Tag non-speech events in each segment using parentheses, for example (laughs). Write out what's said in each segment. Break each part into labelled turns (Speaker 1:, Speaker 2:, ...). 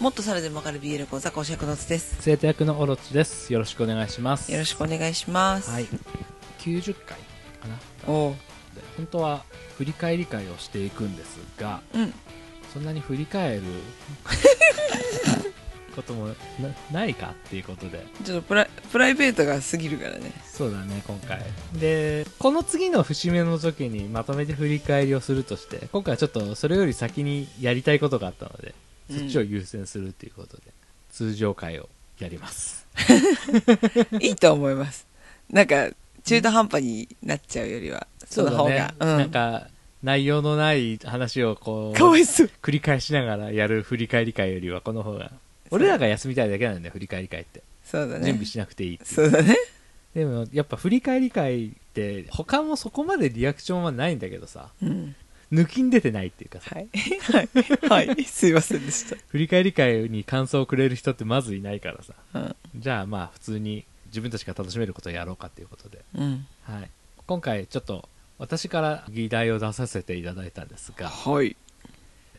Speaker 1: もっとさらでもわかる BL 講座講師役のつです
Speaker 2: 生徒役のオロチですよろしくお願いします
Speaker 1: よろしくお願いします
Speaker 2: はい90回かな
Speaker 1: おう
Speaker 2: で本当は振り返り会をしていくんですが
Speaker 1: うん
Speaker 2: そんなに振り返ることもなないかっていうことで
Speaker 1: ちょっとプライプライベートが過ぎるから
Speaker 2: (laughs)
Speaker 1: ね
Speaker 2: そうだね今回でこの次の節目の時にまとめて振り返りをするとして今回はちょっとそれより先にやりたいことがあったのでそっちを優先するっていうことで、通常会をやります
Speaker 1: いいと思いますなんか中途半端になっちゃうよりはその方が
Speaker 2: そうだねなん
Speaker 1: ん
Speaker 2: か内容のない話をこう
Speaker 1: かわいそう
Speaker 2: 繰り返しながらやる振り返り会よりはこの方が俺らが休みたいだけなんだよ振り返り会って
Speaker 1: そうだね
Speaker 2: 準備しなくていいっていう
Speaker 1: そうだね
Speaker 2: でもやっぱ振り返り会って他もそこまでリアクションはないんだけどさ
Speaker 1: うん
Speaker 2: 抜きん出てないっていうかさ
Speaker 1: はいはい、はい、すいませんでし
Speaker 2: 振り返り会に感想をくれる人ってまずいないからさ
Speaker 1: たうん
Speaker 2: じゃあまあ普通に自分たちが楽しめることをやろうかっていうことで、
Speaker 1: うん
Speaker 2: はい、今回ちょっと私から議題を出させていただいたんですが
Speaker 1: はい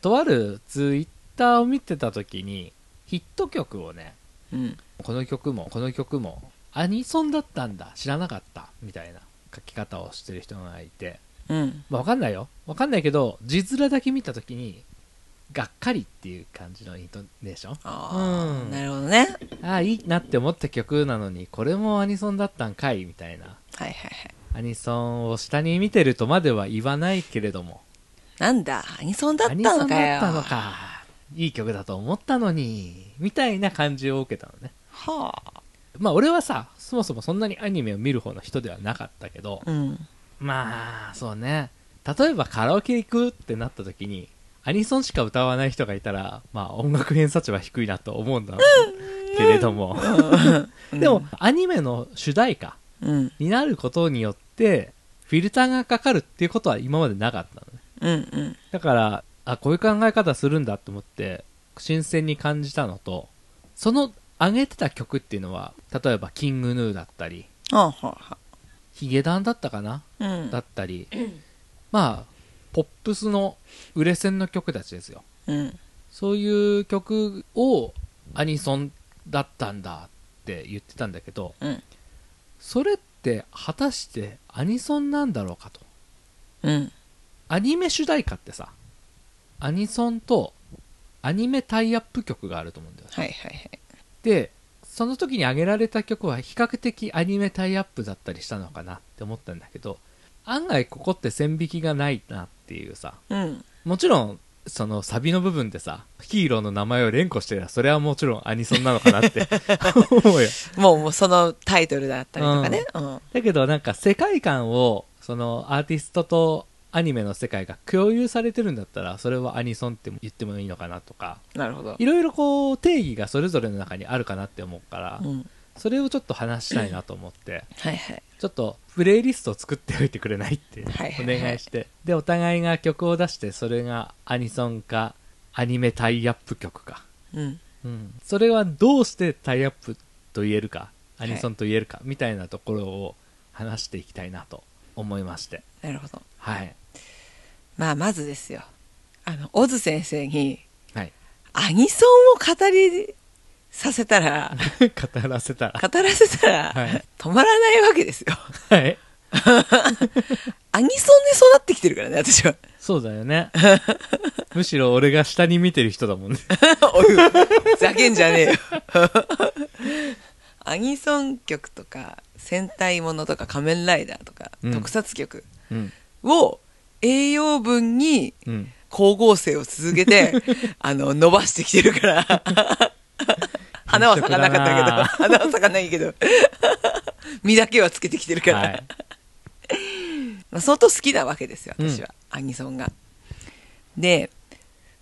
Speaker 2: とあるツイッターを見てた時にヒット曲をね
Speaker 1: うん
Speaker 2: この曲もこの曲もアニソンだったんだ知らなかったみたいな書き方をしてる人がいて、
Speaker 1: うん
Speaker 2: まあ、分かんないよ分かんないけど字面だけ見た時にがっかりっていう感じのイントネーション
Speaker 1: ああ、
Speaker 2: うん
Speaker 1: なるほどね
Speaker 2: ああいいなって思った曲なのにこれもアニソンだったんかいみたいな
Speaker 1: はいはいはい
Speaker 2: アニソンを下に見てるとまでは言わないけれども
Speaker 1: なんだアニソンだっ
Speaker 2: ア
Speaker 1: た
Speaker 2: ニソ
Speaker 1: の
Speaker 2: ン
Speaker 1: かよ
Speaker 2: だったのかいい曲だと思ったのにみたいな感じを受けたのね
Speaker 1: はあ
Speaker 2: まあ俺はさそもそもそんなにアニメを見る方の人ではなかったけど
Speaker 1: うん
Speaker 2: まあそうね例えばカラオケ行くってなった時にアニソンしか歌わない人がいたらまあ音楽偏差値は低いなと思うんだろうけれども (laughs) でもアニメの主題歌
Speaker 1: うん
Speaker 2: になることによってフィルターがかかるっていうことは今までなかったのね
Speaker 1: うんうん
Speaker 2: だからあこういう考え方するんだと思って新鮮に感じたのとその上げてた曲っていうのは例えばキングヌーだったり
Speaker 1: はあはあは
Speaker 2: ヒゲダンだったかな
Speaker 1: あうん
Speaker 2: だったり、まあポップスの売れ線の曲たちですよ
Speaker 1: うん
Speaker 2: そういう曲をアニソンだったんだって言ってたんだけど
Speaker 1: うん
Speaker 2: それって果たしてアニソンなんだろうかと
Speaker 1: うん
Speaker 2: アニメ主題歌ってさアニソンとアニメタイアップ曲があると思うんだよ
Speaker 1: はいはいはい
Speaker 2: でその時に挙げられた曲は比較的アニメタイアップだったりしたのかなって思ったんだけど案外ここって線引きがないなっていうさ
Speaker 1: うん
Speaker 2: もちろんそのサビの部分でさヒーローの名前を連呼してりゃそれはもちろんアニソンなのかなって (laughs) 思うよ
Speaker 1: もうもうそのタイトルだったりとかねうん
Speaker 2: だけどなんか世界観をそのアーティストとアニメの世界が共有されてるんだったらそれはアニソンって言ってもいいのかなとか
Speaker 1: なるほど
Speaker 2: いろいろこう定義がそれぞれの中にあるかなって思うから
Speaker 1: うん
Speaker 2: それをちょっと話したいなと思って
Speaker 1: はいはい
Speaker 2: ちょっとプレイリストを作っておいてくれないって
Speaker 1: はいは
Speaker 2: お
Speaker 1: いはい
Speaker 2: 願いしてでお互いが曲を出してそれがアニソンかアニメタイアップ曲か
Speaker 1: うん
Speaker 2: うん、それはどうしてタイアップと言えるかア
Speaker 1: い
Speaker 2: ニソンと言えるか、みたいなところを話していきたいなと思いまして
Speaker 1: なるほど
Speaker 2: はい
Speaker 1: まあまずですよあのオズ先生に
Speaker 2: はい
Speaker 1: アニソンを語りさせた
Speaker 2: (laughs)
Speaker 1: ら
Speaker 2: (laughs) 語らせたら
Speaker 1: 語らせたら
Speaker 2: はい
Speaker 1: 止まらないわけですよ
Speaker 2: はい
Speaker 1: アニソンで育ってきてるからね私は
Speaker 2: そうだよ (laughs) ねむしろ俺が下に見てる人だもんね
Speaker 1: (laughs) おいふざけんじゃねえよ (laughs) アニソン曲とか戦隊ものとか仮面ライダーとか、
Speaker 2: うん
Speaker 1: 特撮曲
Speaker 2: うん
Speaker 1: を栄養分に
Speaker 2: うん
Speaker 1: 光合成を続け
Speaker 2: (laughs)
Speaker 1: てあの伸ばしてきてるから花は咲かなかったけど花は咲かないけ
Speaker 2: (laughs)
Speaker 1: ど実だけはつけてきてるから、
Speaker 2: はい
Speaker 1: まあ、相当好きなわけですよ私は、アニソンがで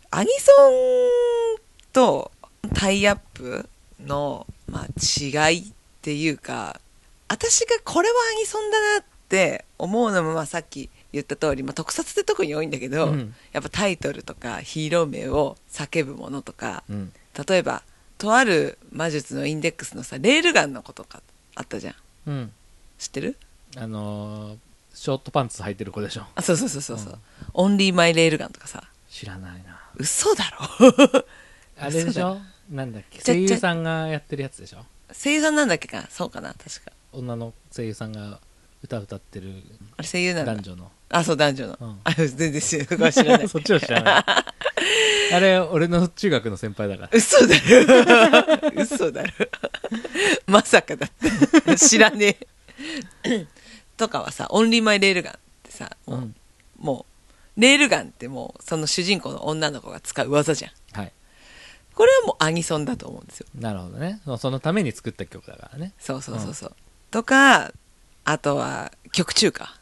Speaker 1: アニソンとタイアップの、まあ、違いっていうか私がこれはアニソンだなって思うのも、まあ、さっき言った通り、まあ、特撮って特に多いんだけど、
Speaker 2: うん
Speaker 1: やっぱタイトルとかヒーロー名を叫ぶものとか、
Speaker 2: (laughs) うん
Speaker 1: 例えばとある魔術のインデックスのさレールガンのことかあったじゃん
Speaker 2: うん
Speaker 1: 知ってる
Speaker 2: あのーショートパンツ履いてる子でしょ
Speaker 1: あそうそうそうそうそう、オンリーマイレールガンとかさ
Speaker 2: 知らないな
Speaker 1: 嘘だろ (laughs)
Speaker 2: あれでしょ (laughs) なんだっけ
Speaker 1: ちゃ
Speaker 2: 声優さんがやってるやつでしょ
Speaker 1: 声優さんなんだっけかそうかな確か
Speaker 2: 女の声優さんが歌歌ってる
Speaker 1: あれ声優なんだ
Speaker 2: 男女の
Speaker 1: あそう男女の、
Speaker 2: うん
Speaker 1: あ全然知らない知らない
Speaker 2: (laughs) そっちは知らない
Speaker 1: (laughs)
Speaker 2: あれ俺の中学の先輩だから
Speaker 1: 嘘だろ (laughs) 嘘だろまさかだって (laughs) 知らねえ (coughs) とかはさ「オンリー・マイ・レールガン」ってさもう,、
Speaker 2: うん
Speaker 1: もうレールガンってもうその主人公の女の子が使う技じゃん
Speaker 2: はい
Speaker 1: これはもうアニソンだと思うんですよ
Speaker 2: なるほどねそのために作った曲だからね
Speaker 1: そうそうそうそう、とかあとは曲中か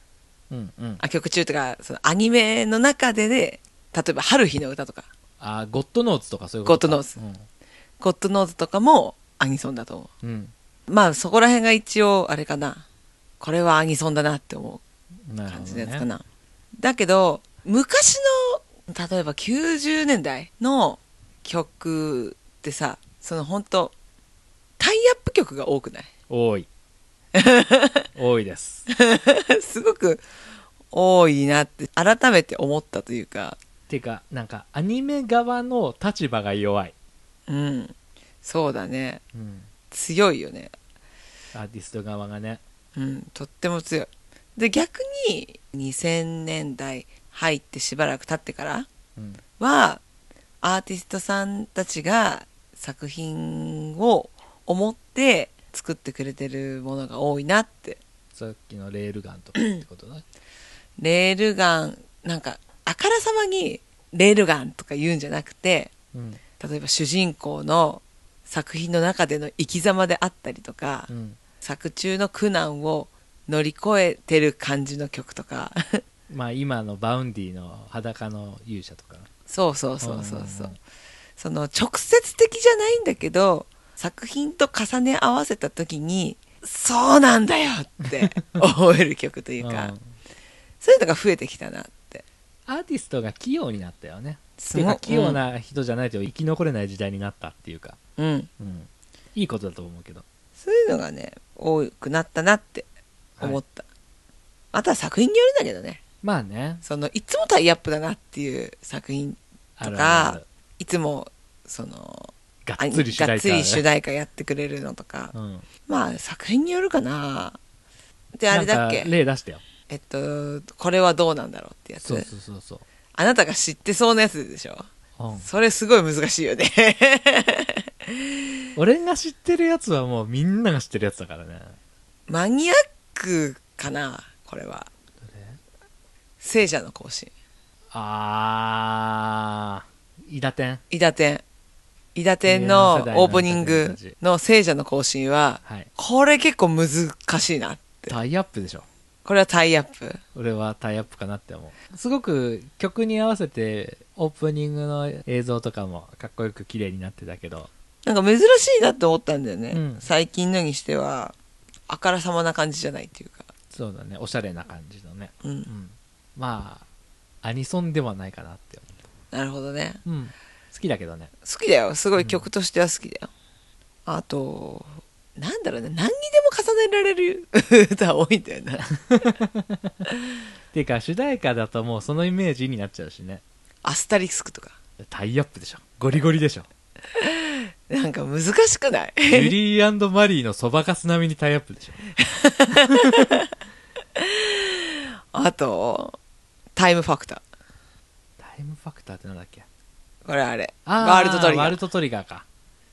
Speaker 2: うんうん
Speaker 1: あ曲中とかそのアニメの中でで例えば「春日の歌」とか
Speaker 2: あゴッドノーツとかそういうことか
Speaker 1: ゴッドノーツ「ゴッドノーズ」とかもアニソンだと思う
Speaker 2: うん、
Speaker 1: まあそこら辺が一応あれかなこれはアニソンだなって思
Speaker 2: うん、な
Speaker 1: う
Speaker 2: るほ
Speaker 1: 感
Speaker 2: ど、
Speaker 1: じの
Speaker 2: ね、
Speaker 1: やつかな、だけど昔の例えば90年代の曲ってさその本当タイアップ曲が多くない (laughs)
Speaker 2: 多い多いです
Speaker 1: すごく多いなって改めて思ったというか
Speaker 2: ていうかなんかアニメ側の立場が弱い、
Speaker 1: うんそうだね
Speaker 2: うん、
Speaker 1: 強いよね
Speaker 2: アーティスト側がね
Speaker 1: うん、とっても強い。で、逆に2000年代入ってしばらく経ってから
Speaker 2: うん
Speaker 1: は、アーティストさんたちが作品を思って作ってくれてるものが多いなって。
Speaker 2: さっきのレールガンとかってこ
Speaker 1: (laughs)
Speaker 2: とだ、ね、
Speaker 1: レールガン、なんか、あからさまにレールガンとか言うんじゃなくて、
Speaker 2: うん
Speaker 1: 例えば主人公の作品の中での生き様であったりとか、
Speaker 2: うん
Speaker 1: 作中の苦難を乗り越えてる感じの曲と
Speaker 2: (laughs)
Speaker 1: か
Speaker 2: まあ今のバウンディの裸の勇者とか
Speaker 1: そうそうそうそうそう,、
Speaker 2: うんうんうん
Speaker 1: その直接的じゃないんだけど作品と重ね合わせた時にそうなんだよって
Speaker 2: (laughs)
Speaker 1: 思える曲というか、
Speaker 2: ん
Speaker 1: そういうのが増えてきたなって
Speaker 2: アーティストが器用になったよね
Speaker 1: す
Speaker 2: て
Speaker 1: ご
Speaker 2: か
Speaker 1: い
Speaker 2: 器用な人じゃないと生き残れない時代になったっていうか、
Speaker 1: うん、うん
Speaker 2: うん、いいことだと思うけど
Speaker 1: そういうのがね多くなったなって思った、あとは作品によるんだけどね
Speaker 2: まあね
Speaker 1: そのいつもタイアップだなっていう作品
Speaker 2: あ
Speaker 1: と
Speaker 2: るあるあ
Speaker 1: か
Speaker 2: る
Speaker 1: いつもその
Speaker 2: が
Speaker 1: あ
Speaker 2: っつり主題歌
Speaker 1: がっつり主題歌やってくれるのとか、
Speaker 2: うん、
Speaker 1: まあ作品によるかなであれだっ
Speaker 2: なん
Speaker 1: け
Speaker 2: か例出したよ
Speaker 1: えっとこれはどうなんだろうってやつ
Speaker 2: そうそうそうそ
Speaker 1: あなたが知ってそうなやつでしょ
Speaker 2: う、うん、
Speaker 1: それすごい難しいよね (laughs)
Speaker 2: 俺が知ってるやつはもうみんなが知ってるやつだからね
Speaker 1: マニアックかなこれは聖者の行進
Speaker 2: あー伊達天
Speaker 1: 伊達天伊達天の
Speaker 2: いや世代の
Speaker 1: オープニングの聖者の行進は
Speaker 2: はい
Speaker 1: これ結構難しいなって
Speaker 2: タイアップでしょ
Speaker 1: これはタイアップ
Speaker 2: 俺はタイアップかなって思うすごく曲に合わせてオープニングの映像とかもかっこよく綺麗になってたけど
Speaker 1: なんか珍しいなって思ったんだよね、
Speaker 2: うん
Speaker 1: 最近のにしてはあからさまな感じじゃないっていうか
Speaker 2: そうだねおしゃれな感じのね
Speaker 1: うん、
Speaker 2: うんまあアニソンではないかなって
Speaker 1: なるほどね
Speaker 2: 思う、うん、好きだけどね
Speaker 1: 好きだよすごい曲としては好きだよ、あとなんだろうね何にでも重ねられる (laughs) 歌多いんだよな
Speaker 2: っていうか主題歌だともうそのイメージになっちゃうしね
Speaker 1: アスタリスクとか
Speaker 2: タイアップでしょゴリゴリでしょ
Speaker 1: なんか難しくない
Speaker 2: ジュリーマリーのそばかす並みにタイアップでしょ
Speaker 1: あとタイムファクタ
Speaker 2: タイムファクターってなんだっけ
Speaker 1: ーこれあれ
Speaker 2: あ
Speaker 1: ワールドトリ
Speaker 2: ワ
Speaker 1: ガ
Speaker 2: ール
Speaker 1: ー
Speaker 2: ドトリガーか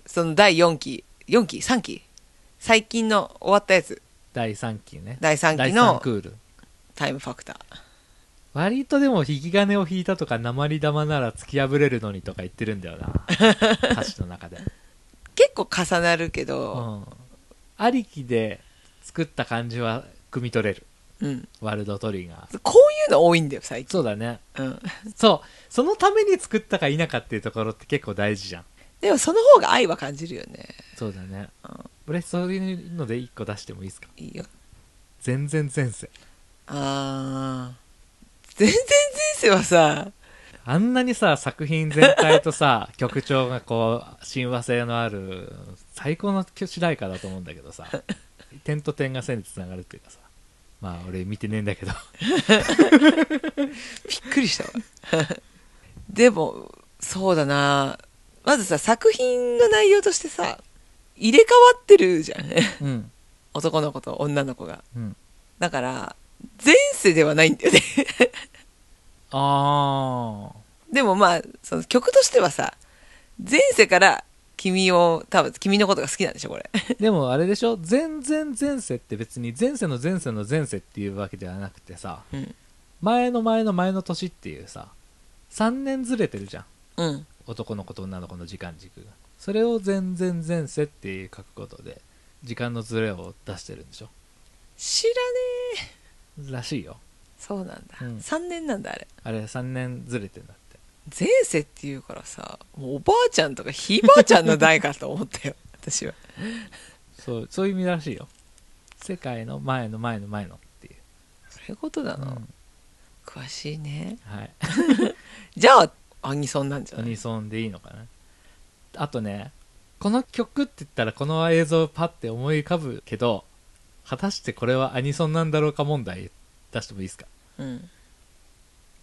Speaker 1: その第4期4期3期最近の終わったやつ
Speaker 2: 第3期ね
Speaker 1: 第3
Speaker 2: 第
Speaker 1: 期
Speaker 2: 3
Speaker 1: の
Speaker 2: クール
Speaker 1: タイムファクター
Speaker 2: 割とでも引き金を引いたとか鉛玉なら突き破れるのにとか言ってるんだよ (laughs) な歌詞の中で、
Speaker 1: 結構重なるけ
Speaker 2: う
Speaker 1: ど、
Speaker 2: ん、ありきで作った感じは汲み取れる
Speaker 1: うん、
Speaker 2: ワールドトリガー
Speaker 1: こういうの多いんだよ最近
Speaker 2: そうだね
Speaker 1: うん、
Speaker 2: そうそのために作ったか否かっていうところって結構大事じゃん
Speaker 1: でもその方が愛は感じるよね
Speaker 2: そうだね、
Speaker 1: うん
Speaker 2: 俺そういうので一個出してもいいですか
Speaker 1: いいよ
Speaker 2: 全然前世
Speaker 1: あー全然前世はさ
Speaker 2: あんなにさ作品全体とさ (laughs) 曲調がこう親和性のある最高の主題歌だと思うんだけどさ (laughs) 点と点が線でつながるっていうかさまあ俺見てねえんだけど
Speaker 1: (laughs) びっくりしたわでもそうだなまずさ作品の内容としてさ入れ替わってるじゃんね (laughs)
Speaker 2: うん
Speaker 1: 男の子と女の子が
Speaker 2: うん
Speaker 1: だから前世ではないんだよね (laughs)
Speaker 2: ああ
Speaker 1: でもまあその曲としてはさ前世から君を多分君のことが好きなんでしょこれ
Speaker 2: でもあれでしょ前前前世って別に前世の前世の前世っていうわけではなくてさ
Speaker 1: うん
Speaker 2: 前の前の前の年っていうさ3年ずれてるじゃん
Speaker 1: うん
Speaker 2: 男の子と女の子の時間軸がそれを前前前世っていう書くことで時間のずれを出してるんでしょ
Speaker 1: 知らねえ
Speaker 2: らしいよ
Speaker 1: そうなんだ、
Speaker 2: うん
Speaker 1: 3年なんだあれ
Speaker 2: あれ3年ずれてんだって
Speaker 1: 前世っていうからさもうおばあちゃんとかひいばあちゃんの代かと思ったよ (laughs) 私は
Speaker 2: そうそういう意味らしいよ世界の前の前の前のっていう
Speaker 1: そういうことな
Speaker 2: あの、
Speaker 1: の、詳しいね
Speaker 2: はい
Speaker 1: じゃあアニソンなんじゃ
Speaker 2: ア
Speaker 1: ない
Speaker 2: ニソンでいいのかなあとねこの曲って言ったらこの映像パッて思い浮かぶけど果たしてこれはアニソンなんだろうか問題出してもいいですか
Speaker 1: うん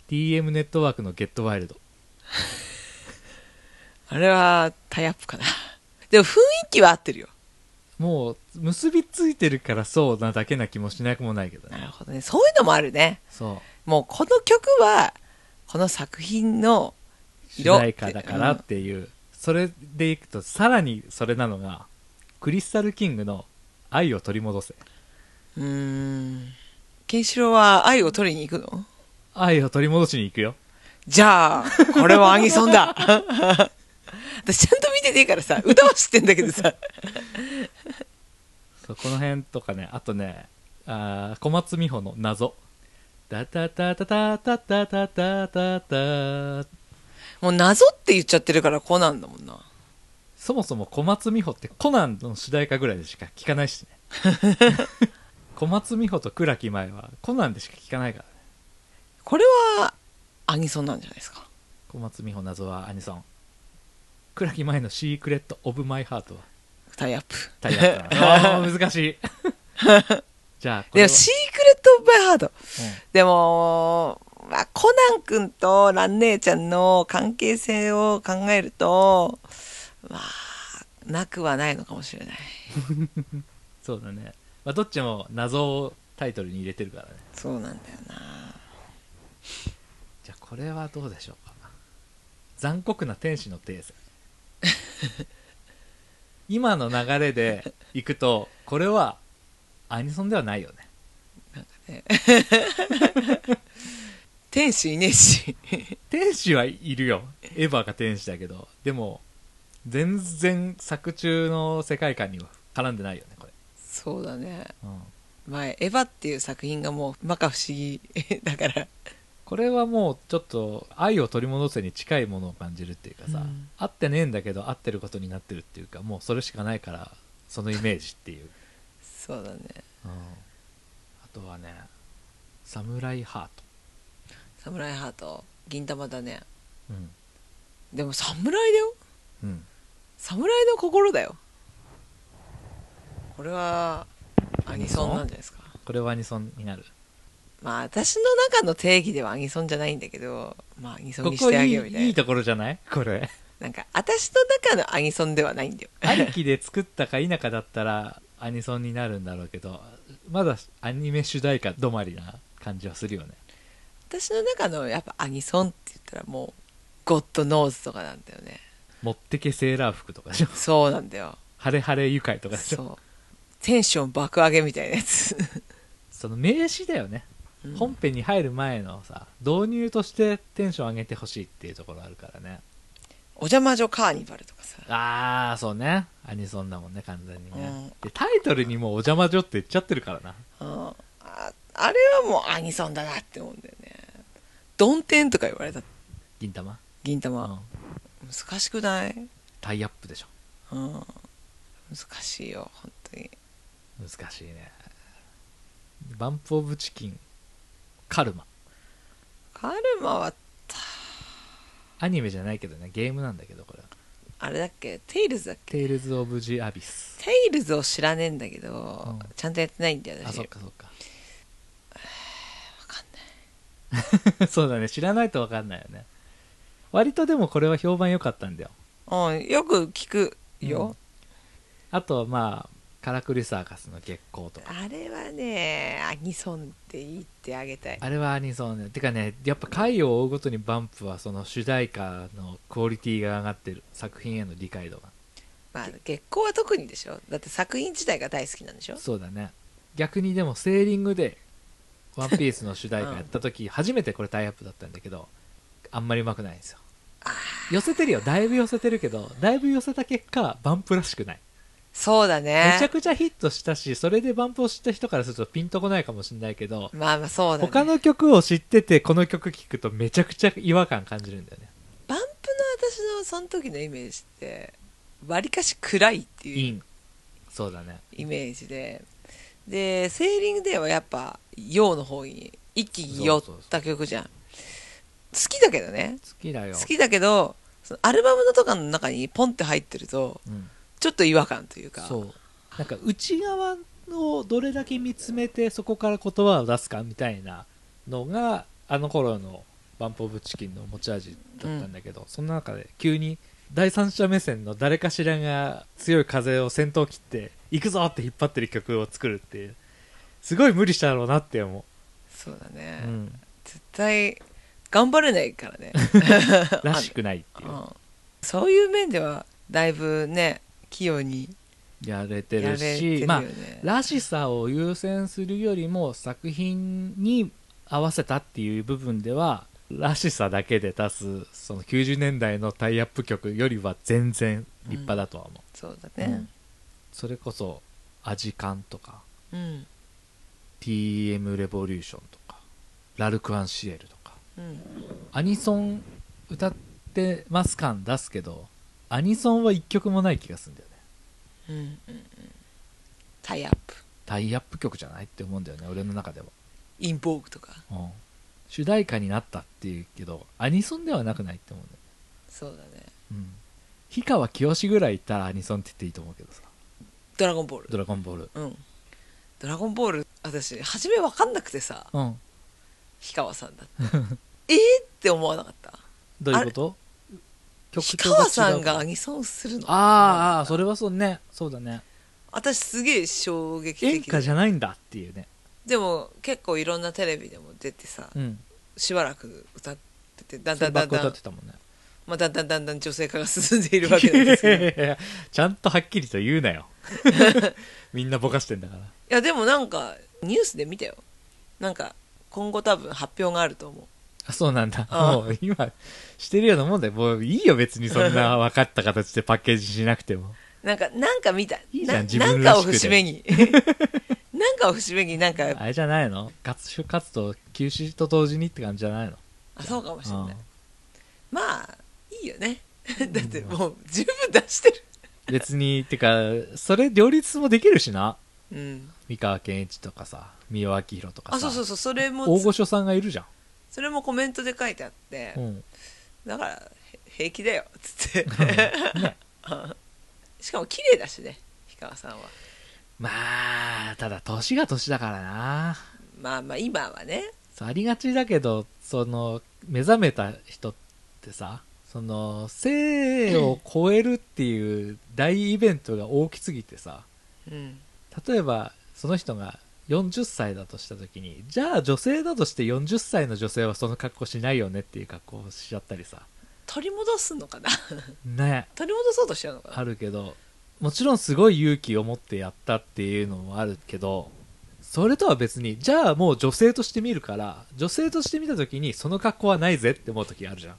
Speaker 2: TM ネットワークの「ゲットワイルド
Speaker 1: あれはタイアップかな (laughs) でも雰囲気は合ってるよ」
Speaker 2: もう結びついてるからそうなだけな気もしなくもないけど
Speaker 1: な
Speaker 2: ね
Speaker 1: るほどねそういうのもあるね
Speaker 2: そう
Speaker 1: もうこの曲はこの作品の
Speaker 2: 主
Speaker 1: 色
Speaker 2: 題歌だからっていう、それでいくとさらにそれなのがクリスタルキングの「愛を取り戻せ」
Speaker 1: うーんケンシロウは愛を取りに行くの
Speaker 2: 愛を取り戻しに行くよ
Speaker 1: じゃあこれはアニソンだ (laughs) 私ちゃんと見てねえからさ歌は知ってんだけど (laughs) さ
Speaker 2: そうこの辺とかねあとねあー小松美穂の謎「タタタタタタタタタタタ」
Speaker 1: もう謎って言っちゃってるからこうなんだもんな
Speaker 2: そもそも小松美穂ってコナンの主題歌ぐらいでしか聞かないしね小松美穂と倉木麻衣はコナンでしか聞かないからね
Speaker 1: これはアニソンなんじゃないですか
Speaker 2: 小松美穂謎はアニソン倉木麻衣の「シークレット・オブ・マイ・ハート」は
Speaker 1: タイアップ
Speaker 2: タイヤだなあー難しいじゃあこ
Speaker 1: で
Speaker 2: れは
Speaker 1: もシークレット・オブ・バイ・ハード
Speaker 2: う
Speaker 1: でも、まあ、コナン君とラン姉ちゃんの関係性を考えるとまあなくはないのかもしれない
Speaker 2: んそうだね、まあ、どっちも謎をタイトルに入れてるからね
Speaker 1: そうなんだよな
Speaker 2: じゃあこれはどうでしょうか残酷な天使のテーゼ今の流れでいくとこれはアニソンではないよね
Speaker 1: なんかね天使いねえし
Speaker 2: 天使はいるよエヴァが天使だけどでも全然作中の世界観には絡んでないよねこれ、
Speaker 1: そうだね
Speaker 2: うん、
Speaker 1: 前エヴァっていう作品がもう摩訶不思議 (laughs) だから
Speaker 2: これはもうちょっと愛を取り戻せに近いものを感じるっていうかさ、
Speaker 1: うん
Speaker 2: 合ってねえんだけど合ってることになってるっていうかもうそれしかないからそのイメージっていう
Speaker 1: そうだね
Speaker 2: うんあとはね「サムライハート
Speaker 1: 「サムライハート」銀玉だね」
Speaker 2: うん
Speaker 1: でも侍だよ
Speaker 2: うん
Speaker 1: 侍の心だよこれはアニソンなんじゃないですか
Speaker 2: これはアニソンになる
Speaker 1: まあ私の中の定義ではアニソンじゃないんだけどまあアニソン
Speaker 2: こ
Speaker 1: に
Speaker 2: こ
Speaker 1: してあ
Speaker 2: い
Speaker 1: げ
Speaker 2: い
Speaker 1: ようみたいない
Speaker 2: いところじゃないこれ
Speaker 1: なんか私の中のアニソンではないんだよ
Speaker 2: 兄貴で作ったか否かだったらアニソンになるんだろうけどまだアニメ主題歌止まりな感じはするよね
Speaker 1: 私の中のやっぱアニソンって言ったらもうゴッドノーズとかなんだよね
Speaker 2: 持ってけセーラー服とかでしょ
Speaker 1: そうなんだよ
Speaker 2: 晴れ晴れ愉快とかでしょ
Speaker 1: そう (laughs) テンション爆上げみたいなやつ (laughs)
Speaker 2: その名詞だよね、
Speaker 1: うん
Speaker 2: 本編に入る前のさ導入としてテンション上げてほしいっていうところあるからね
Speaker 1: お邪魔女カーニバルとかさ
Speaker 2: ああそうねアニソンだもんね完全にね、
Speaker 1: うん
Speaker 2: でタイトルにもうお邪魔女って言っちゃってるからな
Speaker 1: うんああれはもうアニソンだなって思うんだよねドンテンとか言われた
Speaker 2: 銀玉、
Speaker 1: 銀
Speaker 2: うん
Speaker 1: 玉、難しくない、
Speaker 2: タイアップでしょ
Speaker 1: うん、難しいよ本当に
Speaker 2: 難しいねバンプ・オブ・チキンカルマ
Speaker 1: カルマは
Speaker 2: アニメじゃないけどねゲームなんだけどこれは
Speaker 1: あれだっけテイルズだっけ
Speaker 2: テイルズ・オブ・ジ・アビス
Speaker 1: テイルズを知らねえんだけど、
Speaker 2: うん
Speaker 1: ちゃんとやってないんだよね
Speaker 2: あそっ
Speaker 1: わ
Speaker 2: かそっか
Speaker 1: かんない
Speaker 2: (laughs) そうだね知らないと分かんないよね割とでもこれは評判良かったんだよ
Speaker 1: うん、よく聞くよ、
Speaker 2: あとまあカラクリサーカスの月光とか
Speaker 1: あれはねアニソンって言ってあげたい
Speaker 2: あれはアニソンねてかねやっぱ回を追うごとにバンプはその主題歌のクオリティが上がってる作品への理解度が
Speaker 1: まあ月光は特にでしょだって作品自体が大好きなんでしょ
Speaker 2: そうだね逆にでもセーリングで「ワンピースの主題歌やった時、初めてこれタイアップだったんだけどあんまりうまくないんですよ寄せてるよだいぶ寄せてるけどだいぶ寄せた結果バンプらしくない
Speaker 1: そうだね
Speaker 2: めちゃくちゃヒットしたしそれでバンプを知った人からするとピンとこないかもしれないけど
Speaker 1: まあまあそうだね
Speaker 2: 他の曲を知っててこの曲聴くとめちゃくちゃ違和感感じるんだよね
Speaker 1: バンプの私のその時のイメージってわりかし暗いって
Speaker 2: イ
Speaker 1: いう
Speaker 2: ンそうだね
Speaker 1: イメージででセーリングデーはやっぱ陽の方に一気に寄った曲じゃん好きだけどね
Speaker 2: 好きだよ
Speaker 1: 好きだけどそのアルバムのとかの中にポンって入ってると
Speaker 2: うん、
Speaker 1: ちょっと違和感というか
Speaker 2: そうなんか内側をどれだけ見つめてそこから言葉を出すかみたいなのがあの頃のバンプ・オブ・チキンの持ち味だったんだけど、そんな中で急に第三者目線の誰かしらが強い風を先頭切って行くぞって引っ張ってる曲を作るっていうすごい無理したろうなって思
Speaker 1: そうだ
Speaker 2: う、
Speaker 1: ね、 (laughs)
Speaker 2: うん、
Speaker 1: 絶対頑張れないからね、
Speaker 2: らしくないっていううん
Speaker 1: そういう面ではだいぶね器用に
Speaker 2: やれて
Speaker 1: や
Speaker 2: る
Speaker 1: れて
Speaker 2: し
Speaker 1: るよね、
Speaker 2: まあらしさを優先するよりも作品に合わせたっていう部分ではらしさだけで出すその90年代のタイアップ曲よりは全然立派だとは思
Speaker 1: そうだ
Speaker 2: う、う
Speaker 1: ね
Speaker 2: んそれこそ「アジカン」とか
Speaker 1: うん
Speaker 2: TM レボリューションとかラルク・アンシエルとか
Speaker 1: うん
Speaker 2: アニソン歌ってます感出すけどアニソンは1曲もない気がするんだよね
Speaker 1: うんうんうんタイアップ
Speaker 2: タイアップ曲じゃないって思うんだよね俺の中では
Speaker 1: インボーグとか
Speaker 2: うん主題歌になったっていうけどアニソンではなくないって思うんだよ
Speaker 1: そうだね
Speaker 2: ね、うん、氷川きよしぐらいいったらアニソンって言っていいと思うけどさ
Speaker 1: 「ドラゴンボール
Speaker 2: 「ドラゴンボール」」
Speaker 1: うん「ドラゴンボール」私初め分かんなくてさ
Speaker 2: うん
Speaker 1: 氷川さんだって
Speaker 2: (laughs)
Speaker 1: えーって思わなかった
Speaker 2: どういうこと
Speaker 1: 氷
Speaker 2: 調が違う
Speaker 1: 川さんがア
Speaker 2: あ
Speaker 1: ニソンするの
Speaker 2: あああそれはそうねそうだね
Speaker 1: 私すげえ衝撃
Speaker 2: 演
Speaker 1: 的
Speaker 2: 歌じゃないんだっていうね
Speaker 1: でも結構いろんなテレビでも出てさ
Speaker 2: うん
Speaker 1: しばらく歌っててだん
Speaker 2: そ
Speaker 1: だ
Speaker 2: れ
Speaker 1: ん
Speaker 2: ば
Speaker 1: だ
Speaker 2: っ
Speaker 1: ん
Speaker 2: か
Speaker 1: だ
Speaker 2: 歌っ
Speaker 1: ん
Speaker 2: てたもんね
Speaker 1: まあ、だんだんだんだん女性化が進んでいるわけなんですけ
Speaker 2: (laughs)
Speaker 1: どい
Speaker 2: ちゃんとはっきりと言うな (laughs) よみんなぼかしてんだから
Speaker 1: やでもなんかニュースで見たよなんか今後多分発表があると思う
Speaker 2: あそうなんだ。
Speaker 1: ああ
Speaker 2: もう今、してるようなもんだよ。もういいよ、別にそんな分かった形でパッケージしなくても。
Speaker 1: なんかなんか見た
Speaker 2: いいじゃん
Speaker 1: な
Speaker 2: 自
Speaker 1: な
Speaker 2: 分
Speaker 1: ん
Speaker 2: ら
Speaker 1: か
Speaker 2: し
Speaker 1: を
Speaker 2: くて
Speaker 1: 節目に (laughs) なんかを節目になんか
Speaker 2: (laughs) あれじゃないの活動活動休止と同時にって感じじゃないの
Speaker 1: あそうかもしれない
Speaker 2: うん
Speaker 1: まあいいよねだってもう十分出してる
Speaker 2: 別に、てか、それ両立もできるしな。
Speaker 1: うん
Speaker 2: 三河健一とかさ、三輪明宏とかさ。
Speaker 1: あそうそうそうそれも
Speaker 2: 大御所さんがいるじゃん。
Speaker 1: それもコメントで書いてあって、
Speaker 2: うん。
Speaker 1: だからへ平気だよっつって (laughs)
Speaker 2: ね
Speaker 1: しかも綺麗だしね氷川さんは
Speaker 2: まあ、ただ、年が年だからな。
Speaker 1: まあまあ今はね
Speaker 2: そうありがちだけどその目覚めた人ってさその性を超えるっていう大イベントが大きすぎてさ
Speaker 1: うん
Speaker 2: 例えばその人が40歳だとした時にじゃあ女性だとして40歳の女性はその格好しないよねっていう格好をしちゃったりさ
Speaker 1: 取り戻すのかな (laughs)
Speaker 2: ね
Speaker 1: 取り戻そうとしちゃうのか
Speaker 2: あ
Speaker 1: な
Speaker 2: るけどもちろんすごい勇気を持ってやったっていうのもあるけどそれとは別にじゃあもう女性として見るから女性として見た時にその格好はないぜって思う時あるじゃん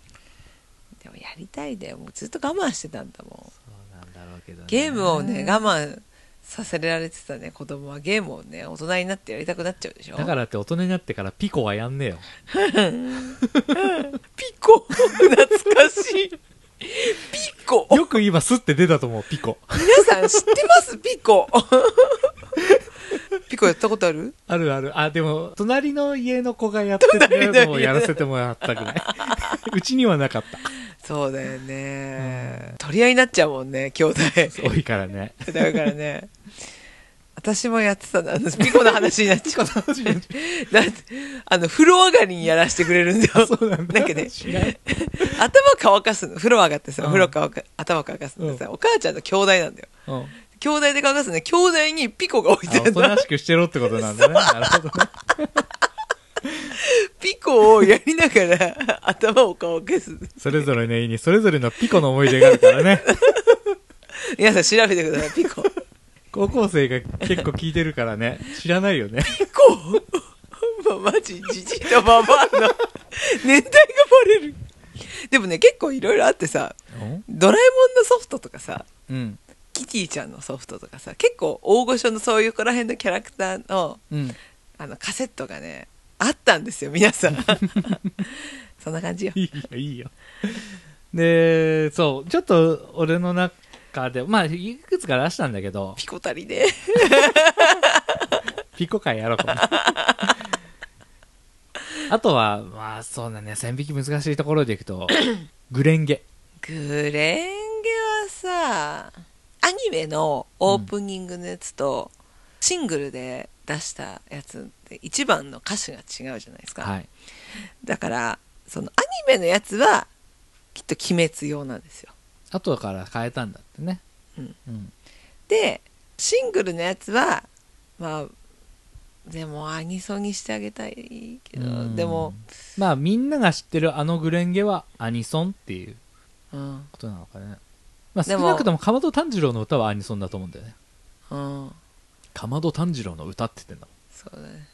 Speaker 1: でもやりたいんだよもうずっと我慢してたんだも
Speaker 2: そうなんだろうけど、ね
Speaker 1: んゲームをね我慢させられてたね子供はゲームをね大人になってやりたくなっちゃうでしょ
Speaker 2: だからって大人になってからピコはやんねえよ
Speaker 1: ピコ (laughs) 懐かしいピコ
Speaker 2: よく今スッて出たと思うピコ
Speaker 1: 皆さん知ってますピコ (laughs) ピコやったことある
Speaker 2: あるあるあでも隣の家の子がやってるのをやらせてもらったぐらい (laughs) うちにはなかった
Speaker 1: そうだよね、取り合いになっちゃうもんね兄弟
Speaker 2: 多いからね
Speaker 1: だからね私もやってたな。あのピコの話になっちゃう。
Speaker 2: になっち
Speaker 1: だって、あの、風呂上がりにやらせてくれるんだよ。
Speaker 2: (laughs) そうなんだ
Speaker 1: かね、
Speaker 2: 知らん
Speaker 1: 頭乾かすの。風呂上がってさ、
Speaker 2: うん
Speaker 1: 風呂乾か、頭乾かすのさ、お母ちゃんの兄弟なんだよ。
Speaker 2: うん
Speaker 1: 兄弟で乾かすのに、兄弟にピコが置いて
Speaker 2: あ
Speaker 1: あ
Speaker 2: お
Speaker 1: る
Speaker 2: と
Speaker 1: の。
Speaker 2: なしくしてろってことなんだね。なるほどね。
Speaker 1: (laughs) ピコをやりながら、頭を乾かす。
Speaker 2: それぞれの家にそれぞれのピコの思い出があるから (laughs) ね。
Speaker 1: 皆さん調べてください、ピ
Speaker 2: (laughs)
Speaker 1: コ。
Speaker 2: 高校生が結構聞いてるからね。知らないよね。
Speaker 1: ピコ (laughs) まあマジ、じじいと
Speaker 2: (laughs)
Speaker 1: ばばあの、年代がバレる。でもね、結構いろいろあってさ、ドラえもんのソフトとかさ、
Speaker 2: うん。
Speaker 1: キティちゃんのソフトとかさ結構大御所のそういうこら辺のキャラクターの
Speaker 2: うん。
Speaker 1: あのカセットがねあったんですよ皆さん (laughs) そんな感じよ
Speaker 2: いいよ、いいよ。で、そう、ちょっと俺の中で、まあ、いくつか出したんだけど、
Speaker 1: ピコたりで
Speaker 2: ピコ会やろう
Speaker 1: (laughs)
Speaker 2: かな。あとは、まあそうだね、線引き難しいところでい
Speaker 1: (coughs)
Speaker 2: くと、グレンゲ。
Speaker 1: グレンゲはさアニメのオープニングのやつと、シングルで出したやつって一番の歌詞が違うじゃないですか、
Speaker 2: はい。
Speaker 1: だからそのアニメのやつはきっと鬼滅用なんですよ
Speaker 2: あとから変えたんだってね。
Speaker 1: うん
Speaker 2: うん。
Speaker 1: でシングルのやつはまあでもアニソンにしてあげたいけど、
Speaker 2: うん
Speaker 1: でも、
Speaker 2: まあみんなが知ってるあのグレンゲはアニソンっていう
Speaker 1: うん
Speaker 2: ことなのかね。まあ
Speaker 1: で
Speaker 2: 少
Speaker 1: も
Speaker 2: なくともかまど炭治郎の歌はアニソンだと思うんだよね。
Speaker 1: うん
Speaker 2: かまど炭治郎の歌って言ってんだ
Speaker 1: そうだね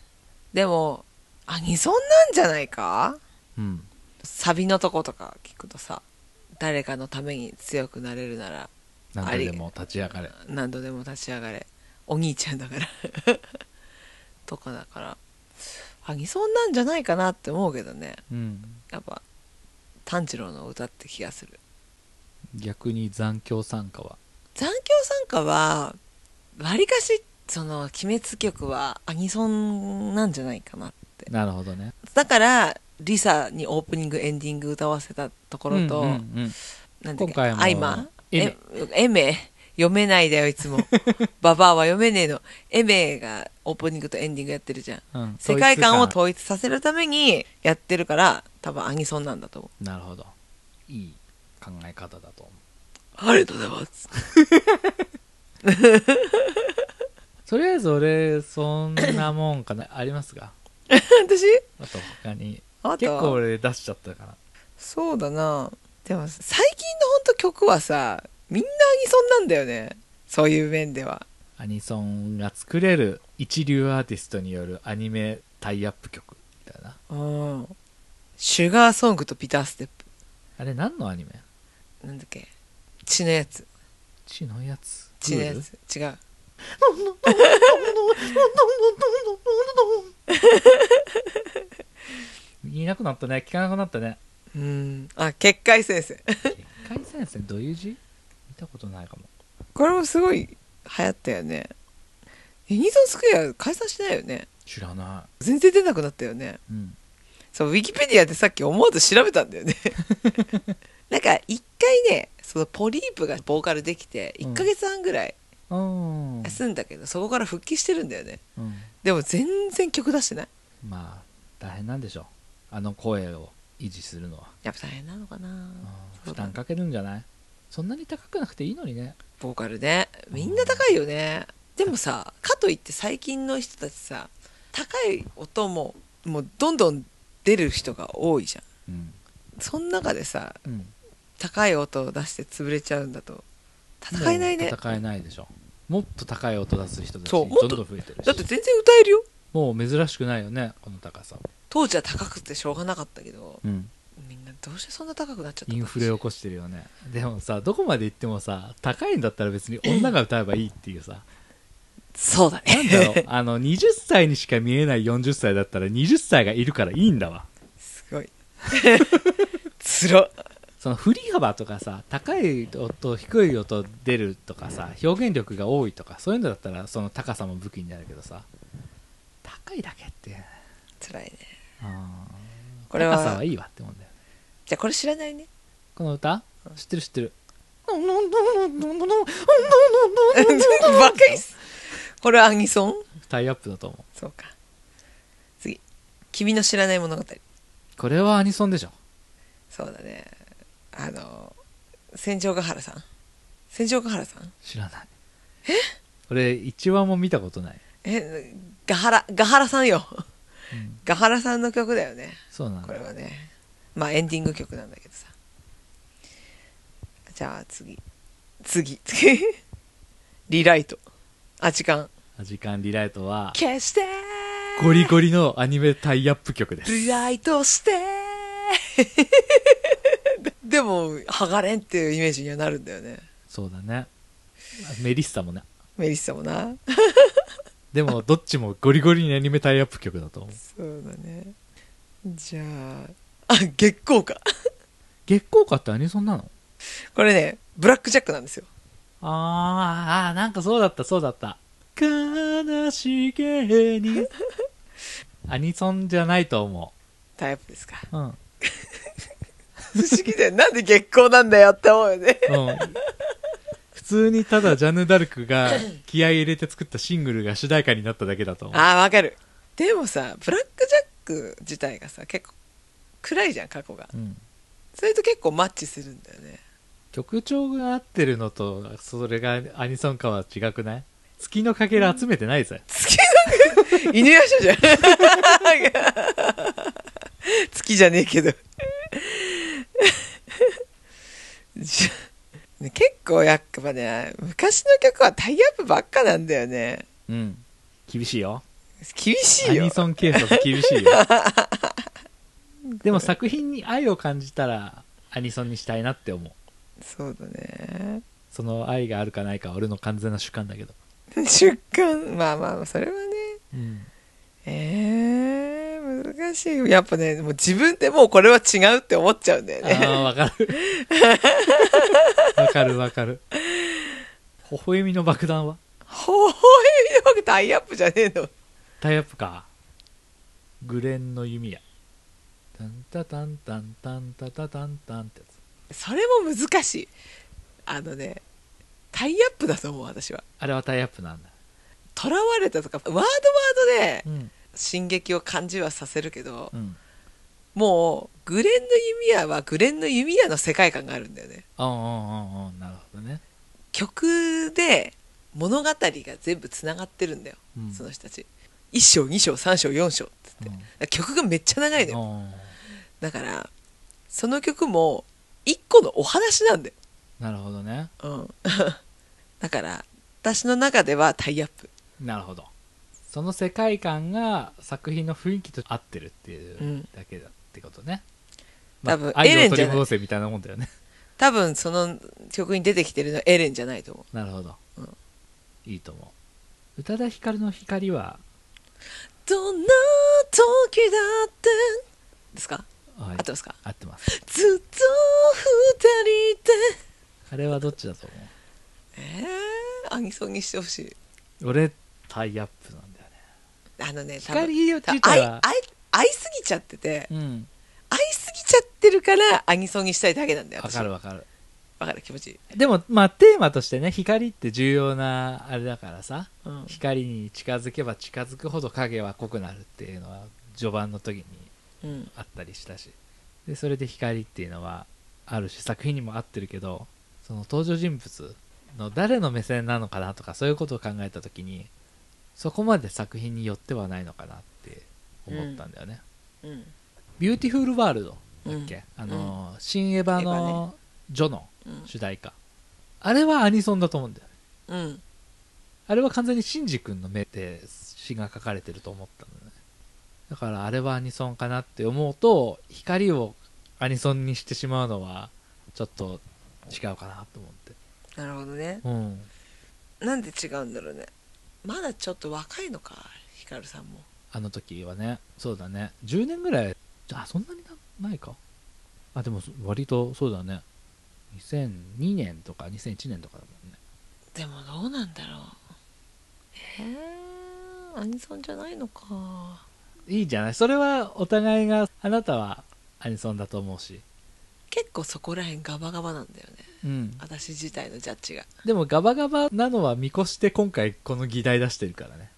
Speaker 1: でもアニソンなんじゃないか
Speaker 2: もん。うん。
Speaker 1: サビのとことか聞くとさ誰かのために強くなれるなら
Speaker 2: 何度でも立ち上がれ。
Speaker 1: 何度でも立ち上がれお兄ちゃんだから (laughs) とかだからアニソンなんじゃないかなって思うけどね
Speaker 2: うん。
Speaker 1: やっぱ炭治郎の歌って気がする
Speaker 2: 逆に残響参加は。
Speaker 1: 残響参加はわりかしその「鬼滅曲」はアニソンなんじゃないかなって
Speaker 2: なるほどね。
Speaker 1: だからリサにオープニングエンディング歌わせたところと、
Speaker 2: うんうんうん
Speaker 1: なんだっけ
Speaker 2: 今回も
Speaker 1: アイマ
Speaker 2: エ
Speaker 1: えエメ読めないだよいつも
Speaker 2: (laughs)
Speaker 1: ババアは読めねえのエメがオープニングとエンディングやってるじゃん
Speaker 2: うん
Speaker 1: 世界観を
Speaker 2: 統
Speaker 1: 統一させるためにやってるから多分アニソンなんだと思う
Speaker 2: 一感なるほど。いい考え方だと思う。
Speaker 1: ありがとうございます
Speaker 2: とりあえず俺そんなもんかな (coughs) ありますが
Speaker 1: 私
Speaker 2: あと他に
Speaker 1: あと
Speaker 2: 結
Speaker 1: は
Speaker 2: 構俺出しちゃったから
Speaker 1: そうだなでも最近のほんと曲はさみんなアニソンなんだよねそういう面では
Speaker 2: アニソンが作れる一流アーティストによるアニメタイアップ曲みたいな
Speaker 1: うんシュガーソングとビターステッ
Speaker 2: あれ何のアニメ
Speaker 1: プなんだっけ血のやつ
Speaker 2: 血のやつ
Speaker 1: 血のやつ違う (laughs)
Speaker 2: 言いなくなったね聞かなくなったね (laughs)
Speaker 1: うんあ結界先生
Speaker 2: 結界戦線どういう字見たことないかも
Speaker 1: これもすごい流行ったよねユニゾンスクエア解散しないよね
Speaker 2: 知らな
Speaker 1: 全然出なくなったよね
Speaker 2: いうん
Speaker 1: そうウィキペディアでさっき思わず調べたんだよねなんか一回ねそのポリープがボーカルできて
Speaker 2: う
Speaker 1: 1
Speaker 2: ん
Speaker 1: ヶ月半ぐらい
Speaker 2: うん
Speaker 1: 休んだけど、そこから復帰してるんだよね
Speaker 2: うん
Speaker 1: でも全然曲出してない
Speaker 2: まあ大変なんでしょうあの声を維持するのは
Speaker 1: やっぱ大変なのかな
Speaker 2: 負担かけるんじゃないそんなに高くなくていいのにね
Speaker 1: ボーカルねみんな高いよねでもさかといって最近の人たちさ高い音ももうどんどん出る人が多いじゃん
Speaker 2: うん、
Speaker 1: その中でさ
Speaker 2: うん、
Speaker 1: 高い音を出して潰れちゃうんだと戦えないね
Speaker 2: 戦えないでしょもっと高い音出す人たち
Speaker 1: そう
Speaker 2: ど
Speaker 1: もっと
Speaker 2: んどん増えてるし
Speaker 1: だって全然歌えるよ
Speaker 2: もう珍しくないよねこの高さ、
Speaker 1: 当時は高くてしょうがなかったけど
Speaker 2: うん、
Speaker 1: みんなどうしてそんな高くなっちゃった
Speaker 2: イ
Speaker 1: の
Speaker 2: ンフレ起こしてるよねでもさどこまで行ってもさ高いんだったら別に女が歌えばいいっていうさ
Speaker 1: そうだ
Speaker 2: なんだろ
Speaker 1: ね
Speaker 2: うあの20歳にしか見えない40歳だったら20歳がいるからいいんだわ
Speaker 1: (laughs) すごい (laughs) つら
Speaker 2: その振り幅とかさ高い音低い音出るとかさ表現力が多いとかそういうのだったらその高さも武器になるけどさ高いだけって
Speaker 1: つらいね
Speaker 2: あ
Speaker 1: これは
Speaker 2: 高さはいいわって思うんだよね
Speaker 1: じゃあこれ知らないね (laughs)
Speaker 2: この歌知ってる知ってる
Speaker 1: バカにすこれはアニソン
Speaker 2: タイアップだと思う
Speaker 1: そうか。次。君の知らない物語。
Speaker 2: これはアニソンでしょ
Speaker 1: そうだね。あの、戦場ヶ原さん。戦場ヶ原さん
Speaker 2: 知らないえ俺一話も見たことない、
Speaker 1: え、ガハラ、ガハラさんよ。
Speaker 2: うん
Speaker 1: ガハラさんの曲だよね。
Speaker 2: そうなん
Speaker 1: こ
Speaker 2: だ
Speaker 1: れはね。まあエンディング曲なんだけどさ。じゃあ次。次。 (laughs) リライト。あ、時間。
Speaker 2: 「時間リライト」は
Speaker 1: 消して
Speaker 2: ゴリゴリのアニメタイアップ曲です
Speaker 1: リライトして (laughs) でも、剥がれんっていうイメージにはなるんだよね。
Speaker 2: そうだねメリッサもね
Speaker 1: メリッサもな。
Speaker 2: でもどっちもゴリゴリにアニメタイアップ曲だと思う
Speaker 1: そうだね。じゃあ、あ、月光か。
Speaker 2: 月光花ってアニソンなの
Speaker 1: これね、ブラックジャックなんですよ。
Speaker 2: あーあーなんかそうだったそうだった悲しげに (laughs) アニソンじゃないと思
Speaker 1: タイプですか。
Speaker 2: ううん、うん、
Speaker 1: 不思議だよ。なんで月光なんだよって思うよね。
Speaker 2: 普通にただジャヌ・ダルクが気合い入れて作ったシングルが主題歌になっただけだと思う
Speaker 1: ああ、わかる。でもさ、ブラックジャック自体がさ、結構暗いじゃん、過去が。
Speaker 2: うん
Speaker 1: それと結構マッチするんだよね。
Speaker 2: 曲調が合ってるのとそれがアニソンかは違くない月のかけら集めてないぜ、
Speaker 1: 月の犬やしょじゃん。月じゃねえけど。じゃね結構やっぱね、昔の曲はタイアップばっかなんだよね。
Speaker 2: うん、厳しいよ
Speaker 1: 厳し
Speaker 2: ア
Speaker 1: いよ
Speaker 2: ニ。ソン警察厳しい (laughs) よでも作品に愛を感じたらアニソンにしたいなって思う
Speaker 1: そうだね。
Speaker 2: その愛があるかないかは俺の完全な主観だけど、
Speaker 1: 出荷、まあまあ、それはね。
Speaker 2: うん、
Speaker 1: えー、難しい。やっぱね、もう自分でもうこれは違うって思っちゃうんだよ
Speaker 2: あ
Speaker 1: ね。
Speaker 2: あわ (laughs) かるわかるわかる微笑みの爆弾は
Speaker 1: ほほえみのくタイアップじゃねえの。
Speaker 2: タイアップかグレンの弓矢タンタタンタンタンタタタンタンってやつ
Speaker 1: それも難しいあのねタイアップだと思う私は
Speaker 2: あれはタイアップなんだ、
Speaker 1: 囚われたとかワードワードで
Speaker 2: うん
Speaker 1: 進撃を感じはさせるけど、
Speaker 2: うん、
Speaker 1: もうグレンの弓矢はグレンの弓矢の世界観があるんだよね
Speaker 2: あんあんあんあんなるほどね、
Speaker 1: 曲で物語が全部つながってるんだよ、
Speaker 2: うん
Speaker 1: その人たち1章2章3章4章って
Speaker 2: う
Speaker 1: 言ってだ
Speaker 2: ん、
Speaker 1: から曲がめっちゃ長いのよ
Speaker 2: あ
Speaker 1: だからその曲も1個のお話なんだよ、
Speaker 2: ーなるほどね
Speaker 1: うん (laughs) だから私の中ではタイアップ
Speaker 2: なるほどその世界観が作品の雰囲気と合ってるっていうだけだってことね、
Speaker 1: うん多分エレ
Speaker 2: 愛
Speaker 1: ン
Speaker 2: を
Speaker 1: じ
Speaker 2: 取
Speaker 1: ゃ
Speaker 2: り
Speaker 1: ない
Speaker 2: 戻せみたいなもんだよね
Speaker 1: 多分その曲に出てきてるのはエレンじゃないと思う
Speaker 2: なるほど、
Speaker 1: うん
Speaker 2: いいと思う宇多田ヒカルの光は、
Speaker 1: どんな時だってですか、
Speaker 2: は
Speaker 1: 合っ
Speaker 2: い
Speaker 1: てますか
Speaker 2: 合ってます
Speaker 1: ずっと二人
Speaker 2: あれはどっちだと思
Speaker 1: でえー、アニソンにしてほしいう
Speaker 2: 俺タイアップなんだよね
Speaker 1: あのね多分
Speaker 2: 光を
Speaker 1: 多
Speaker 2: ち
Speaker 1: 分
Speaker 2: た
Speaker 1: 愛愛
Speaker 2: ら
Speaker 1: 愛すぎちゃってて
Speaker 2: うん
Speaker 1: 愛すぎちゃってるからアニソンにしたいだけなんだよ
Speaker 2: わ
Speaker 1: 私
Speaker 2: かるわかる
Speaker 1: わかる気持ちいい、
Speaker 2: でもまあテーマとしてね光って重要なあれだからさ
Speaker 1: うん
Speaker 2: 光に近づけば近づくほど影は濃くなるっていうのは序盤の時に
Speaker 1: うん
Speaker 2: あったりしたしでそれで光っていうのはあるし作品にも合ってるけどその登場人物の誰の目線なのかなとかそういうことを考えた時にそこまで作品によってはないのかなって思ったんだよね
Speaker 1: うん
Speaker 2: 「ビューティフルワールド」だっけ、
Speaker 1: うん
Speaker 2: あの、新エヴァ
Speaker 1: エヴ
Speaker 2: のジョの
Speaker 1: うん
Speaker 2: 主題歌、あれはアニソンだと思うんだよね
Speaker 1: うん
Speaker 2: あれは完全にシンジ君の目で詩が書かれてると思ったのねだからあれはアニソンかなって思うと光をアニソンにしてしまうのはちょっと違うかなと思って
Speaker 1: なるほどね
Speaker 2: うん
Speaker 1: なんで違うんだろうねまだちょっと若いのかヒカルさんも
Speaker 2: あの時はねそうだね10年ぐらいあそんなになないかあでもそ割とそうだね2002年とか2001年とかだもんね
Speaker 1: でもどうなんだろうえー、アニソンじゃないのか
Speaker 2: いいんじゃないそれはお互いがあなたはアニソンだと思うし
Speaker 1: 結構そこら辺ガバガバなんだよね
Speaker 2: うん、
Speaker 1: 私自体のジャッジが
Speaker 2: でもガバガバなのは見越して今回この議題出してるからね、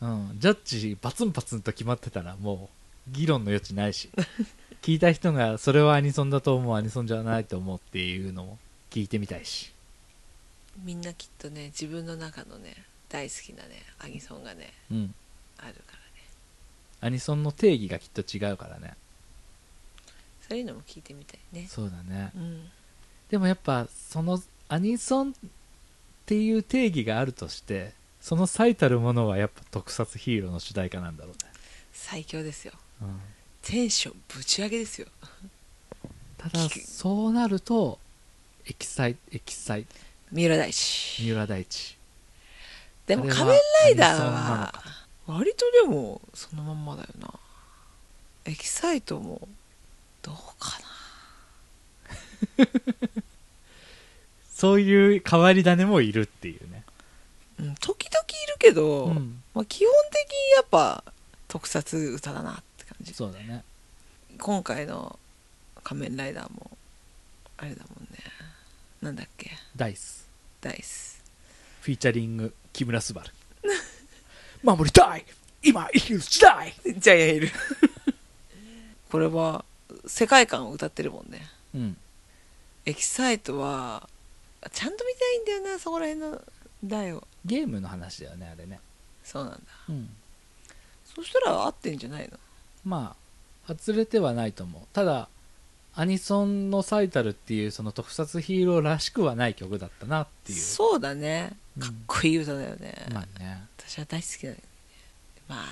Speaker 2: うんジャッジパツンパツンと決まってたらもう議論の余地ない (laughs) し聞いた人がそれはアニソンだと思うアニソンじゃないと思うっていうのも聞いてみたいし
Speaker 1: みんなきっとね自分の中のね大好きなねアニソンがね
Speaker 2: うん
Speaker 1: あるからね
Speaker 2: アニソンの定義がきっと違うからね
Speaker 1: そういうのも聞いてみたいね
Speaker 2: そうだね
Speaker 1: うん
Speaker 2: でもやっぱそのアニソンっていう定義があるとしてその最たるものはやっぱ特撮ヒーローの主題歌なんだろ
Speaker 1: 最強ですよ
Speaker 2: うね、うん、
Speaker 1: テンションぶち上げですよ
Speaker 2: ただ
Speaker 1: 聞く
Speaker 2: そうなるとエキサイエキサイ
Speaker 1: 三浦大知
Speaker 2: 三浦大知
Speaker 1: でも
Speaker 2: あれは
Speaker 1: 仮面ライダー
Speaker 2: アニソンなの
Speaker 1: は
Speaker 2: か
Speaker 1: 割とでもそのまんまだよなエキサイトもどうかな
Speaker 2: そういう変わり種もいるっていうね、
Speaker 1: うん、時々いるけど、
Speaker 2: うん
Speaker 1: まあ、基本的にやっぱ特撮歌だなって感じ
Speaker 2: そうだね
Speaker 1: 今回の「仮面ライダー」もあれだもんねなんだっけ
Speaker 2: ダイス
Speaker 1: ダイス
Speaker 2: フィーチャリング木村昴 (laughs) 守りたい今生きる時代
Speaker 1: ジャイアンいるこれは世界観を歌ってるもんね
Speaker 2: うん
Speaker 1: エキサイトはちゃんと見たいんだよなそこら辺の台を
Speaker 2: ゲームの話だよねあれね
Speaker 1: そうなんだ
Speaker 2: うん
Speaker 1: そしたら合ってんじゃないの
Speaker 2: まあ外れてはないと思うただアニソンの最たるっていうその特撮ヒーローらしくはない曲だったなっていう
Speaker 1: そうだね
Speaker 2: うん
Speaker 1: かっこいい歌だよね、
Speaker 2: まあね
Speaker 1: 私は大好きだよねま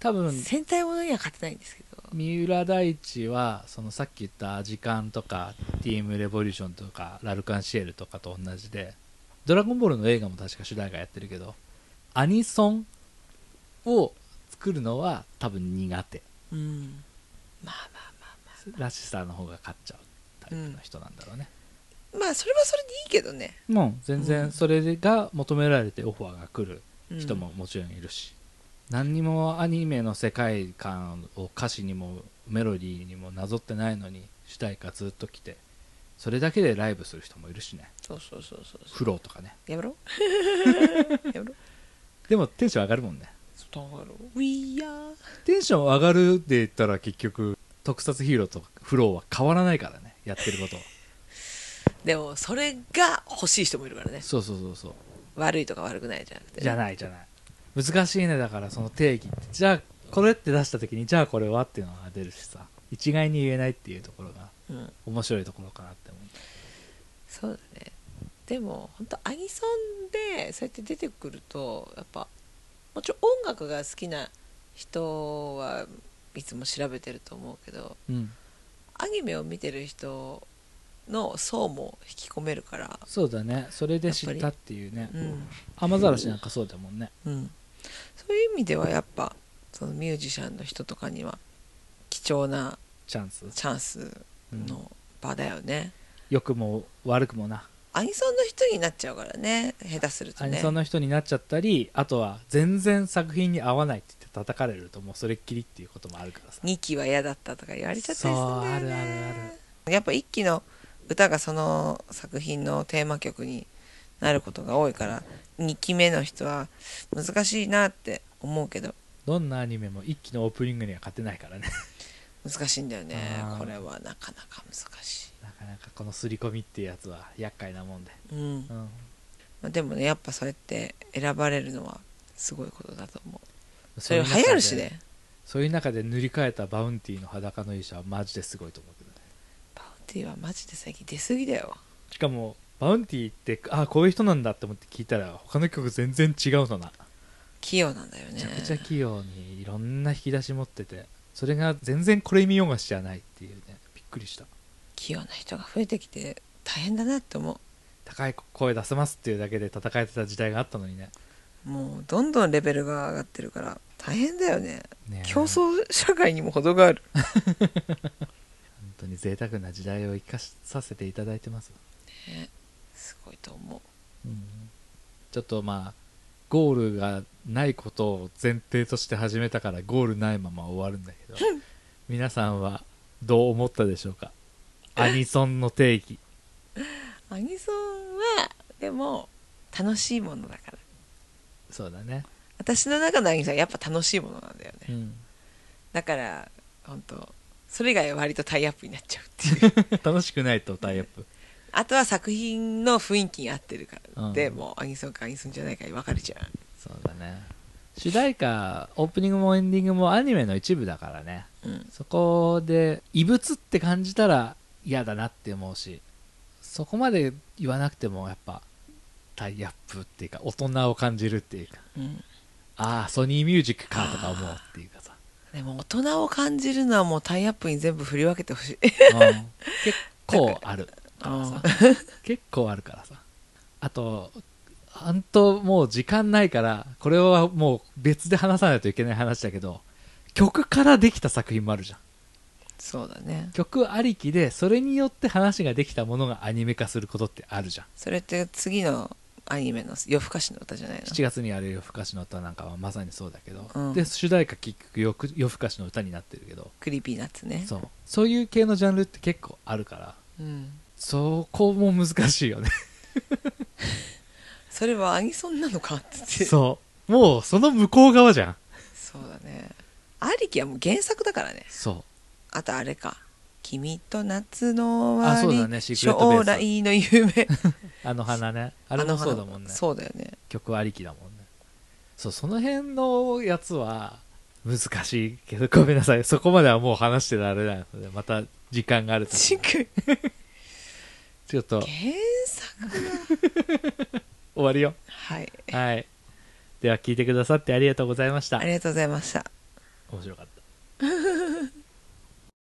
Speaker 2: 多
Speaker 1: あ
Speaker 2: 分
Speaker 1: 戦隊ものには勝てないんですけど
Speaker 2: 三浦大知はそのさっき言った「時間」とか「TM レボリューション」とか「ラルカンシエル」とかと同じで「ドラゴンボール」の映画も確か主題歌やってるけどアニソンを作るのは多分苦手
Speaker 1: うんまあまあまあ
Speaker 2: らしさの方が勝っちゃうタイプの人なんだろう
Speaker 1: ま
Speaker 2: ね、
Speaker 1: あまあそれはそれでいいけどね、
Speaker 2: もう全
Speaker 1: う
Speaker 2: 然
Speaker 1: ん
Speaker 2: それが求められてオファーが来る
Speaker 1: うん
Speaker 2: 人ももちろんいるし、何にもアニメの世界観を歌詞にもメロディーにもなぞってないのに主題歌ずっと来てそれだけでライブする人もいるしね
Speaker 1: そうそうそうそうそ
Speaker 2: フローとかね
Speaker 1: うやめ (laughs) ろやめろ
Speaker 2: でもテンション上がるもんね
Speaker 1: どうだろう We are
Speaker 2: テンション上がるで言ったら結局特撮ヒーローとフローは変わらないからねやってることは
Speaker 1: でもそれが欲しい人もいるからね
Speaker 2: そうそうそうそう
Speaker 1: 悪いとか悪くないじゃなくてね、
Speaker 2: じゃないじゃない難しいねだからその定義ってじゃあこれって出した時にじゃあこれはっていうのが出るしさ一概に言えないっていうところが
Speaker 1: うん、
Speaker 2: 面白いところかなって思う
Speaker 1: そうだねでも本当アニソンでそうやって出てくるとやっぱもちろん音楽が好きな人はいつも調べてると思うけど
Speaker 2: うん、
Speaker 1: アニメを見てる人の層も引き込めるから
Speaker 2: そうだねそれで知ったっていうね
Speaker 1: うん、
Speaker 2: 雨ざらしなんかそうだもんね
Speaker 1: うん、そういう意味ではやっぱそのミュージシャンの人とかには貴重な
Speaker 2: チャンス、
Speaker 1: チャンス
Speaker 2: うん、
Speaker 1: の場だよね、
Speaker 2: 良くも悪くもな、
Speaker 1: アニソンの人になっちゃうからね下手すると
Speaker 2: ア
Speaker 1: ね
Speaker 2: ニソンの人になっちゃったりあとは全然作品に合わないって言って叩かれるともうそれっきりっていうこともあるからさ
Speaker 1: 2期は嫌だったとか言われちゃったりするんだよ、ね、
Speaker 2: そうあるある
Speaker 1: やっぱ1期の歌がその作品のテーマ曲になることが多いから2期目の人は難しいなって思うけど
Speaker 2: どんなアニメも一期のオープニングには勝てないからね (laughs)
Speaker 1: 難しいんだよね
Speaker 2: あー
Speaker 1: これはなかなか難し
Speaker 2: なかなかこの刷り込みっていうやつは厄介なもんで、
Speaker 1: い、うん
Speaker 2: う
Speaker 1: ま
Speaker 2: ん、
Speaker 1: あ、でもねやっぱそうやって選ばれるのはすごいことだと思うそ
Speaker 2: そ
Speaker 1: れ
Speaker 2: うい
Speaker 1: 流
Speaker 2: う中で
Speaker 1: 行るしね
Speaker 2: そういう中で塗り替えたバウンティーの裸の衣装はマジですごいと思うけどね
Speaker 1: バウンティーはマジで最近出過ぎだよ
Speaker 2: しかもバウンティーってあこういう人なんだって思って聞いたら他の曲全然違うのな
Speaker 1: 器用なんだよ
Speaker 2: め
Speaker 1: ね
Speaker 2: ちゃくちゃ器用にいろんな引き出し持っててそれが全然これ見よがしじゃないっていうねびっくりした
Speaker 1: 器用な人が増えてきて大変だなって思う
Speaker 2: 高い声出せますっていうだけで戦えてた時代があったのにね
Speaker 1: もうどんどんレベルが上がってるから大変だよね
Speaker 2: ねえ
Speaker 1: 競争社会にも程がある
Speaker 2: 本当に贅沢な時代を生かさせていただいてます、
Speaker 1: すごいと思う
Speaker 2: ちょっとまあゴールがないことを前提として始めたからゴールないまま終わるんだけど皆さんはどう思ったでしょうかアニソンの定義
Speaker 1: アニソンはでも楽しいものだから
Speaker 2: そうだね
Speaker 1: 私の中のアニソンはやっぱ楽しいものなんだよね、
Speaker 2: うん
Speaker 1: だから本当それ以外は割とタイアップになっちゃうっていう
Speaker 2: (laughs) 楽しくないとタイアップ
Speaker 1: あとは作品の雰囲気に合ってるから、
Speaker 2: うん
Speaker 1: でもうアニソンかアニソンじゃないかに分かるじゃん
Speaker 2: そうだね主題歌オープニングもエンディングもアニメの一部だからね
Speaker 1: うん
Speaker 2: そこで異物って感じたら嫌だなって思うしそこまで言わなくてもやっぱタイアップっていうか大人を感じるっていうか
Speaker 1: うん
Speaker 2: ああソニーミュージックかとか思うっていうかさ、
Speaker 1: でも大人を感じるのはもうタイアップに全部振り分けてほ
Speaker 2: (laughs)
Speaker 1: しい
Speaker 2: うん結構あるからさ (laughs) 結構あるからさあとあんともう時間ないからこれはもう別で話さないといけない話だけど曲からできた作品もあるじゃん
Speaker 1: そうだね
Speaker 2: 曲ありきでそれによって話ができたものがアニメ化することってあるじゃん
Speaker 1: それって次のアニメの夜更かしの歌じゃないの
Speaker 2: 7月にやる夜更かしの歌なんかはまさにそうだけど、
Speaker 1: うん
Speaker 2: で主題歌結局夜く夜更かしの歌になってるけど
Speaker 1: クリーピーナッツね
Speaker 2: そうそういう系のジャンルって結構あるから
Speaker 1: うん、
Speaker 2: そこも難しいよね
Speaker 1: それはアニソンなのかって言って
Speaker 2: (laughs) そうもうその向こう側じゃん
Speaker 1: そうだねありきはもう原作だからね
Speaker 2: そう
Speaker 1: あとあれか「君と夏の終わり
Speaker 2: あそうだねシークレットベー
Speaker 1: 将
Speaker 2: ス
Speaker 1: 来の夢」
Speaker 2: あの花ね (laughs) あれもそうだもん
Speaker 1: あの
Speaker 2: ね
Speaker 1: そうだよね
Speaker 2: 曲ありきだもんねそうその辺のやつは難しいけどごめんなさいそこまではもう話してられないのでまた時間があると
Speaker 1: ちく
Speaker 2: ちょっ (laughs) と
Speaker 1: 原作
Speaker 2: 終わりよ
Speaker 1: はい
Speaker 2: はいでは聞いてくださってありがとうございました
Speaker 1: ありがとうございました
Speaker 2: 面白かった